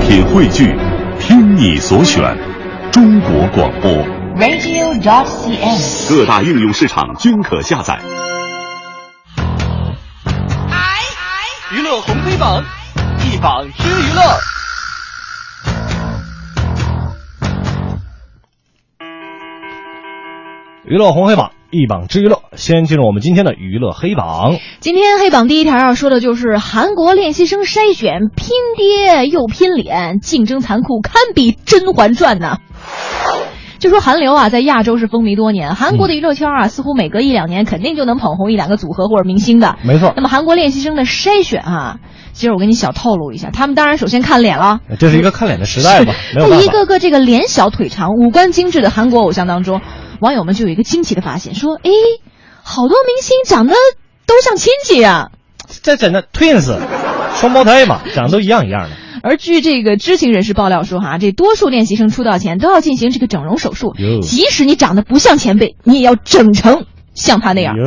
品汇聚，听你所选，中国广播。 radio.cn。各大应用市场均可下载。娱乐红黑榜，一榜之娱乐。娱乐红黑榜一榜之娱乐，先进入我们今天的娱乐黑榜。今天黑榜第一条要说的就是韩国练习生筛选，拼爹又拼脸，竞争残酷，堪比《甄嬛传》呐。就说韩流啊，在亚洲是风靡多年，韩国的娱乐圈啊，似乎每隔一两年肯定就能捧红一两个组合或者明星的。没错那，么韩国练习生的筛选啊，其实我给你小透露一下，他们当然首先看脸了。这是一个看脸的时代吧，没有在办一法。个个这个脸小腿长、五官精致的韩国偶像当中，网友们就有一个惊奇的发现，说：“诶，好多明星长得都像亲戚啊呀、这真的 twins，双胞胎嘛，长得都一样一样的。而据这个知情人士爆料说，哈，这多数练习生出道前都要进行这个整容手术哟，即使你长得不像前辈，你也要整成像他那样。哟，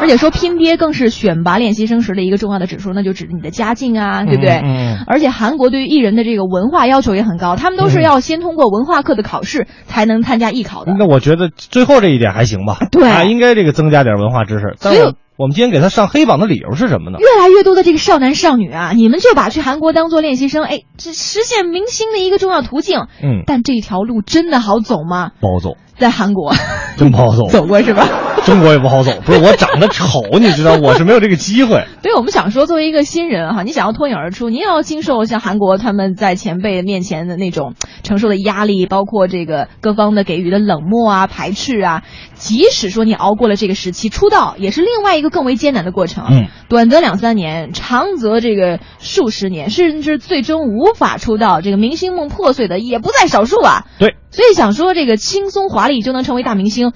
而且说拼爹更是选拔练习生时的一个重要的指数，那就指你的家境啊，对不对？嗯嗯而且韩国对于艺人的这个文化要求也很高，他们都是要先通过文化课的考试才能参加艺考的。那我觉得最后这一点还行吧。对啊，应该这个增加点文化知识。但所以我我们今天给他上黑榜的理由是什么呢？越来越多的这个少男少女啊，你们就把去韩国当做练习生，哎，这实现明星的一个重要途径。嗯，但这条路真的好走吗？不好走，在韩国真不好走。走过是吧？中国也不好走，不是我长得丑，你知道，我是没有这个机会。 对，我们想说，作为一个新人哈，你想要脱颖而出，你也要经受像韩国他们在前辈面前的那种承受的压力，包括这个各方的给予的冷漠啊、排斥啊。即使说你熬过了这个时期，出道也是另外一个更为艰难的过程。嗯，短则两三年，长则这个数十年，甚至最终无法出道，这个明星梦破碎的也不在少数啊。对，所以想说这个轻松华丽就能成为大明星，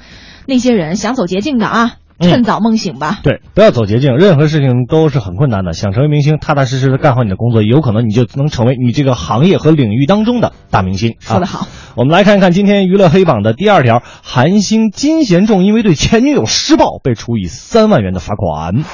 那些人想走捷径的啊，嗯趁早梦醒吧。对，不要走捷径，任何事情都是很困难的。想成为明星，踏踏实实的干好你的工作，有可能你就能成为你这个行业和领域当中的大明星。说得啊，好。我们来看一看今天娱乐黑榜的第二条：韩星金贤重因为对前女友施暴，被处以三万元的罚款。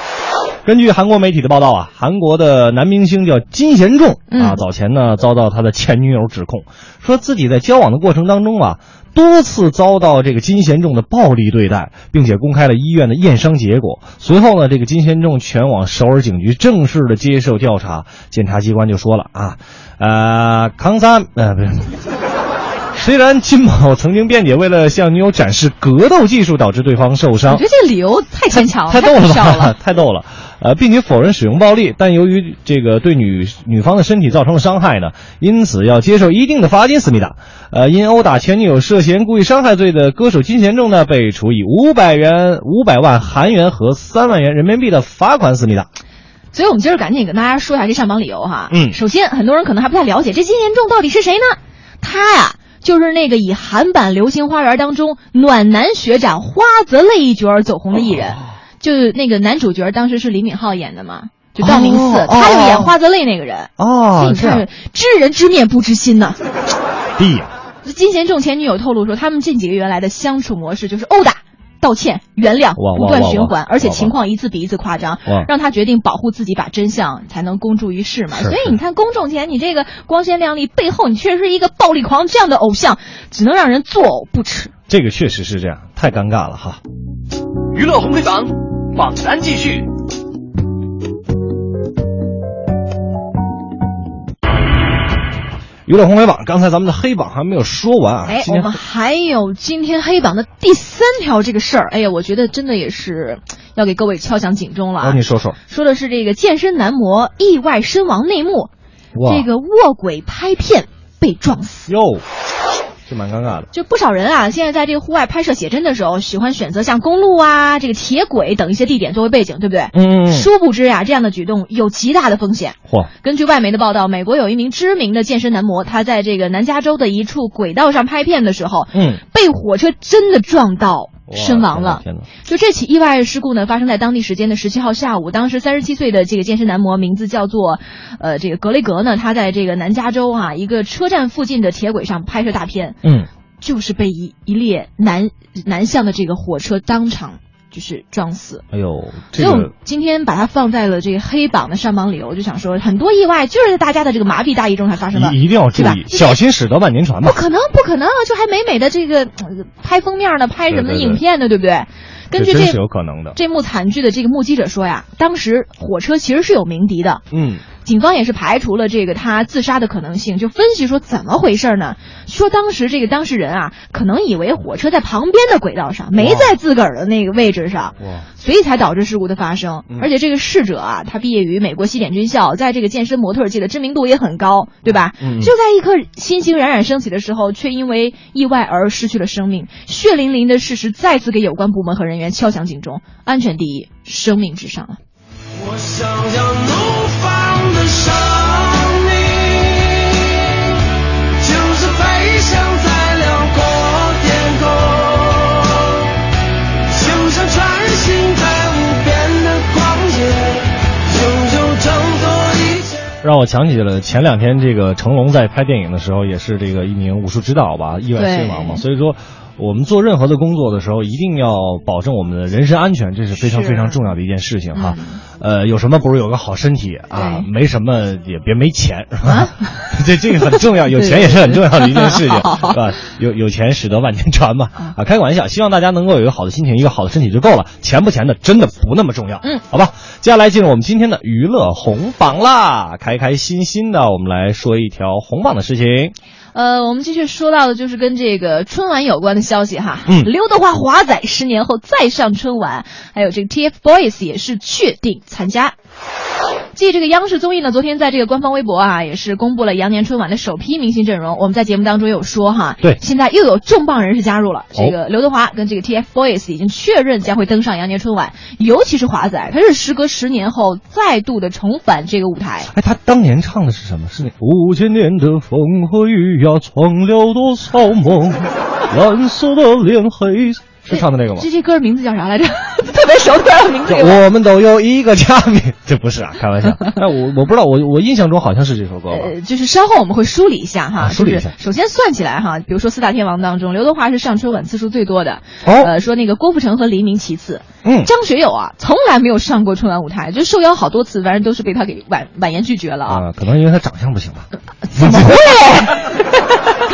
根据韩国媒体的报道啊，韩国的男明星叫金贤重啊，嗯早前呢遭到他的前女友指控，说自己在交往的过程当中啊，多次遭到这个金贤重的暴力对待，并且公开了医院的验伤结果。随后呢，这个金贤重前往首尔警局正式的接受调查，检察机关就说了啊，呃，康三呃不是。虽然金某曾经辩解，为了向女友展示格斗技术，导致对方受伤我觉，得这理由太牵强了，太逗可了笑吧， 了。太逗了。呃，并且否认使用暴力，但由于这个对女女方的身体造成了伤害呢，因此要接受一定的罚金。思密达，呃，因殴打前女友涉嫌故意伤害罪的歌手金贤重呢，被处以五百元、五百万韩元和三万元人民币的罚款。思密达，所以我们今儿赶紧跟大家说一下这上榜理由哈。嗯首先很多人可能还不太了解这金贤重到底是谁呢？他呀。就是那个以韩版《流星花园》当中暖男学长花泽类一角儿走红的艺哦人，就是那个男主角当时是李敏镐演的嘛，就道明寺，哦他就哦演花泽类那个人。所以哦，哎你这样看，，知人知面不知心呐、弟呀，金贤重前女友透露说，他们这几个月来的相处模式就是殴打、道歉、原谅，哇哇不断循哇哇环，而且哇哇情况一次比一次夸张哇，让他决定保护自己，把真相才能公诸于世嘛。是所以你看，公众前你这个光鲜亮丽，背后你却是一个暴力狂，这样的偶像只能让人作呕不止。这个确实是这样，太尴尬了哈。娱乐红黑榜，榜单继续。娱乐红黑榜，刚才咱们的黑榜还没有说完啊，哎，今我天们还有今天黑榜的第三条这个事儿，哎呀，我觉得真的也是要给各位敲响警钟了让啊你！说说，说的是这个健身男模意外身亡内幕，哇这个卧轨拍片被撞死。哟，这蛮尴尬的。就不少人啊，现在在这个户外拍摄写真的时候，喜欢选择像公路啊、这个铁轨等一些地点作为背景，对不对？嗯嗯嗯殊不知啊，这样的举动有极大的风险。嚯，根据外媒的报道，美国有一名知名的健身男模，他在这个南加州的一处轨道上拍片的时候，嗯，被火车真的撞到哇身亡了。天哪！天哪就这起意外事故呢，发生在当地时间的十七号下午。当时三十七岁的这个健身男模，名字叫做，呃，这个格雷格呢，他在这个南加州啊一个车站附近的铁轨上拍摄大片，嗯，就是被一一列南南向的这个火车当场就是撞死。哎呦，这所以我们个今天把它放在了这个黑榜的上榜里，我就想说，很多意外就是在大家的这个麻痹大意中才发生的。一一定要注对吧意，小心驶得万年船嘛不。可能，不可能啊！就还美美的这个呃拍封面呢，拍什么对对对影片呢，对不对？根据这真这是有可能的这幕惨剧的这个目击者说呀，当时火车其实是有鸣笛的，嗯，警方也是排除了这个他自杀的可能性，就分析说怎么回事呢？说当时这个当事人啊，可能以为火车在旁边的轨道上，没在自个儿的那个位置上，哇，所以才导致事故的发生嗯。而且这个逝者啊，他毕业于美国西点军校，在这个健身模特界的知名度也很高，对吧？嗯就在一颗新星冉冉升起的时候，却因为意外而失去了生命。血淋淋的事实再次给有关部门和人员敲响警钟：安全第一，生命至上啊！我想要怒放的上你，就是飞翔在辽阔天空，就像穿行在无边的旷野，拥有挣脱一切。让我想起了前两天这个成龙在拍电影的时候，也是这个一名武术指导吧，意外身亡嘛。对所以说，我们做任何的工作的时候，一定要保证我们的人身安全，这是非常是非常重要的一件事情哈嗯。呃，有什么不是有个好身体啊？对啊没什么也别没钱是吧？ 这这个很重要，有钱也是很重要的一件事 情， 是好好好吧？有有钱使得万年船嘛嗯啊！开个玩笑，希望大家能够有一个好的心情，一个好的身体就够了。钱不钱的真的不那么重要，嗯，好吧。接下来进入我们今天的娱乐红榜啦，开开心心的，我们来说一条红榜的事情。呃，我们继续说到的就是跟这个春晚有关的消息哈。嗯刘德华华仔十年后再上春晚，还有这个 TFBOYS 也是确定参加。继这个央视综艺呢，昨天在这个官方微博啊，也是公布了羊年春晚的首批明星阵容。我们在节目当中有说哈，对哦现在又有重磅人士加入了。这个刘德华跟这个 TFBOYS 已经确认将会登上羊年春晚，尤其是华仔，他是时隔十年后再度的重返这个舞台。哎，他当年唱的是什么？是那五千年的风和雨呀，闯了多少梦？蓝色的脸，黑色是唱的那个吗？这这歌名字叫啥来着？ 特别熟，突然名字给我们都有一个家名，这不是啊，开玩 笑。哎，我我不知道，我我印象中好像是这首歌吧。呃，就是稍后我们会梳理一下哈，啊梳理一下就是首先算起来哈，比如说四大天王当中，刘德华是上春晚次数最多的，哦，呃，说那个郭富城和黎明其次，嗯，张学友啊从来没有上过春晚舞台，就受邀好多次，反正都是被他给婉婉言拒绝了 啊。啊，可能因为他长相不行吧。 怎么会？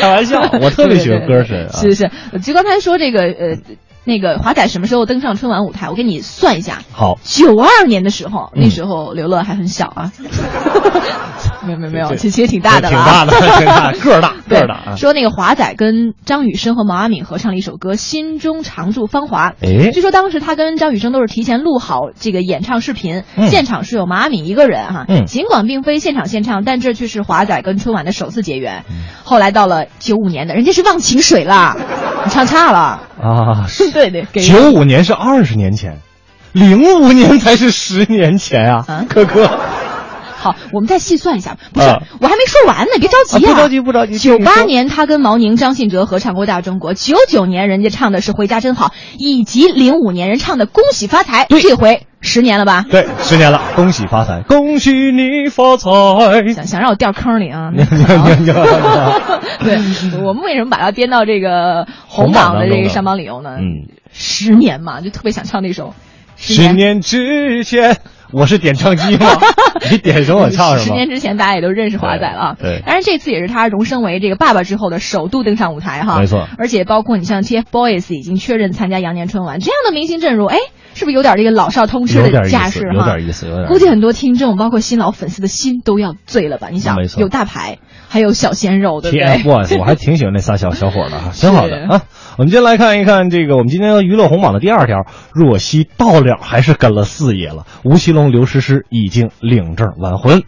开玩笑， 我特别喜欢歌神啊。是是是，就刚才说这个呃，那个华仔什么时候登上春晚舞台？我给你算一下，好，九二年的时候，嗯那时候刘乐还很小啊， 没有没有没有，这其实也挺大的了挺啊，大的，挺大，个儿大，个对儿大啊。说那个华仔跟张雨生和毛阿敏合唱了一首歌《心中常驻芳华》。哎据说当时他跟张雨生都是提前录好这个演唱视频，嗯现场是有毛阿敏一个人哈、嗯尽管并非现场现唱，但这却是华仔跟春晚的首次结缘。嗯后来到了九五年的，人家是忘情水啦，你唱差 了。啊，对对，给九五年是二十年前，零五年才是十年前啊啊，可可。好，我们再细算一下。不是，啊我还没说完呢，别着急啊不着急不着急九听你说八年他跟毛宁、张信哲合唱过《大中国》，九九年人家唱的是《回家真好》，以及零五年人唱的《恭喜发财》。这回十年了吧？对，十年了，恭喜发财，恭喜你发财。想想让我掉坑里 啊！ 对，我们为什么把它编到这个红榜的这个上榜理由呢？嗯，十年嘛，就特别想唱那首。 十年之前，我是点唱 机吗？你点什么我唱什十么？年之前，大家也都认识华仔了啊。对对当然这次也是他荣升为这个爸爸之后的首度登上舞台哈。没错而且包括你像 TFBOYS 已经确认参加羊年春晚这样的明星阵容，哎，是不是有点这个老少通吃有点的意架思势有哈？点意思有点意思估计很多听众，包括新老粉丝的心都要醉了吧？你想没，错啊有大牌，还有小鲜肉，对不对？ TFBOYS，我还挺喜欢那仨小小伙儿的 哈，挺好的是啊。我们先来看一看这个我们今天娱乐红榜的第二条，若曦到了还是跟了四爷了。吴奇隆、刘诗诗已经领证完婚。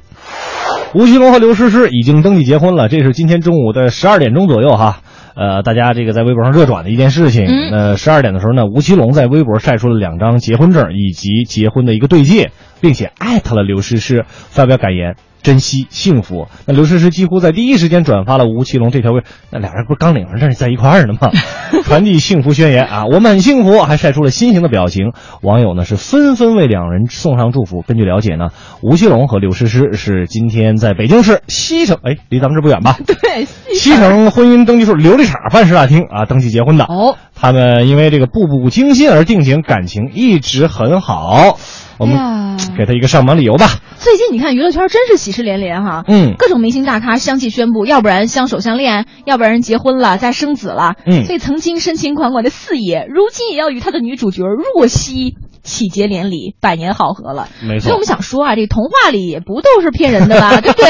吴奇隆和刘诗诗已经登记结婚了，这是今天中午的十二点钟左右哈。呃，大家这个在微博上热转的一件事情。嗯呃，十二点的时候呢，吴奇隆在微博晒出了两张结婚证以及结婚的一个对戒，并且艾特了刘诗诗，发表感言。珍惜幸福。那刘诗诗几乎在第一时间转发了吴奇隆这条微，那俩人不是刚领完证在一块儿呢吗？ 传递幸福宣言啊，我们很幸福，还晒出了心形的表情。网友呢是纷纷为两人送上祝福。根据了解呢，吴奇隆和刘诗诗是今天在北京市西城，哎，离咱们这不远吧？ 对，西城婚姻登记处琉璃厂办事大厅啊登记结婚的。哦，他们因为这个步步惊心而定情，感情一直很好。我们哎呀给他一个上榜理由吧。最近你看娱乐圈真是喜事连连哈，嗯各种明星大咖相继宣布，要不然相守相恋，要不然结婚了再生子了，嗯所以曾经深情款款的四爷，如今也要与他的女主角若曦。喜结连理，百年好合了。没错所以我们想说啊，这童话里也不都是骗人的吧， 对不对？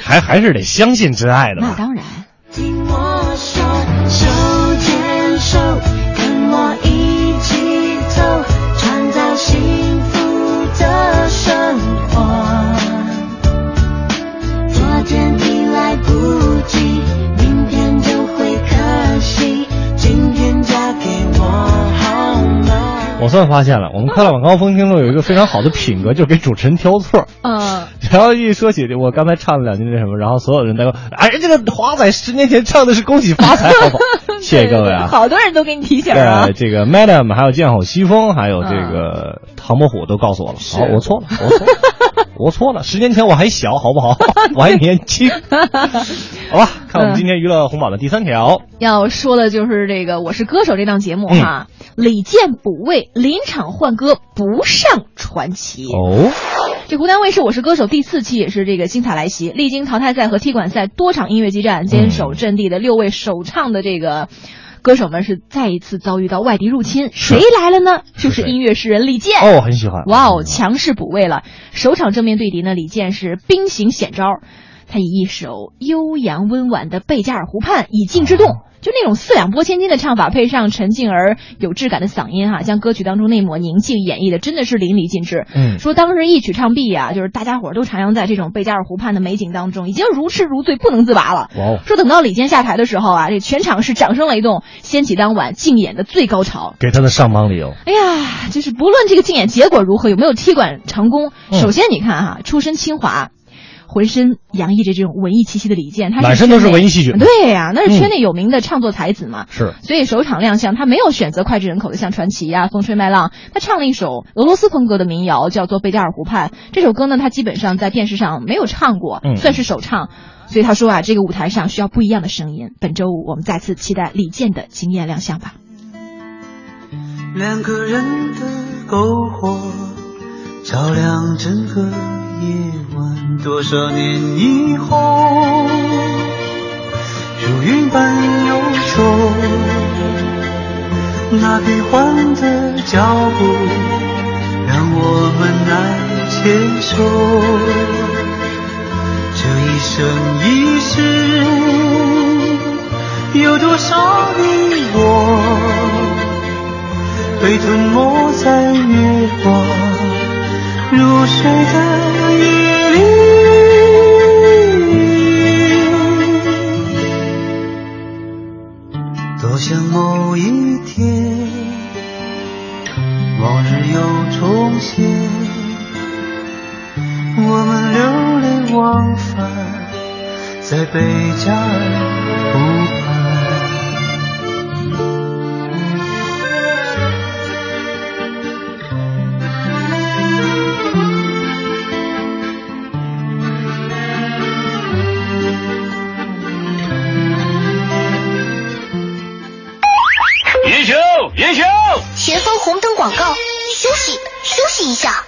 还还是得相信真爱的那嘛。当然。听我说，手牵手，跟我一起走，创造幸福的生活。昨天已来不及，明天就会可惜，今天嫁给我好吗？我算发现了，我们快乐晚高峰听众有一个非常好的品格，就是给主持人挑错儿。 嗯，然后一说起这我刚才唱了两句那什么，然后所有人都说：“哎，这个华仔十年前唱的是《恭喜发财》，好不好？”谢谢各位啊！好多人都给你提醒啊嗯对，。这个 Madam，还有剑吼西风，还有这个唐伯虎都告诉我了。好，我错了，我错了， 我错了。十年前我还小，好不好？我还年 轻。好吧，看我们今天娱乐红榜的第三条。要说的就是这个《我是歌手》这档节目哈，嗯李健补位，临场换歌不上传奇。哦，这湖南卫视《我是歌手》第四期也是这个精彩来袭，历经淘汰赛和踢馆赛多场音乐激战，坚守阵地的六位首唱的这个。歌手们是再一次遭遇到外敌入侵，谁来了呢？就是谁音乐诗人李健。哦，很喜欢。哇哦，强势补位了！首场正面对敌呢，李健是兵行险招，他以一首悠扬温婉的《贝加尔湖畔》以静制动，就那种四两拨千斤的唱法，配上沉静而有质感的嗓音哈、将歌曲当中那抹宁静演绎的真的是淋漓尽致。嗯说当时一曲唱毕啊，就是大家伙儿都徜徉在这种贝加尔湖畔的美景当中，已经如痴如醉不能自拔了。哇哦，说等到李健下台的时候啊，这全场是掌声雷动，掀起当晚竞演的最高潮。给他的上榜理由。哎呀，就是不论这个竞演结果如何，有没有踢馆成功，嗯首先你看哈、出身清华，浑身洋溢着这种文艺气息的李健，他满身都是圈内文艺气息嗯对呀、那是圈内有名的唱作才子嘛。是，所以首场亮相，他没有选择脍炙人口的像传奇呀、风吹麦浪，他唱了一首俄罗斯风格的民谣，叫做《贝加尔湖畔》。这首歌呢，他基本上在电视上没有唱过，嗯算是首唱。所以他说啊，这个舞台上需要不一样的声音。本周五我们再次期待李健的惊艳亮相吧。两个人的篝火，照亮整个夜晚。多少年以后，如云般忧愁，那变幻的脚步，让我们来牵手。这一生一世，有多少你我？被吞没在月光如水的夜里。多想某一天，往日又重现，我们流连忘返在贝加尔湖畔。前方红灯广告，休息休息一下。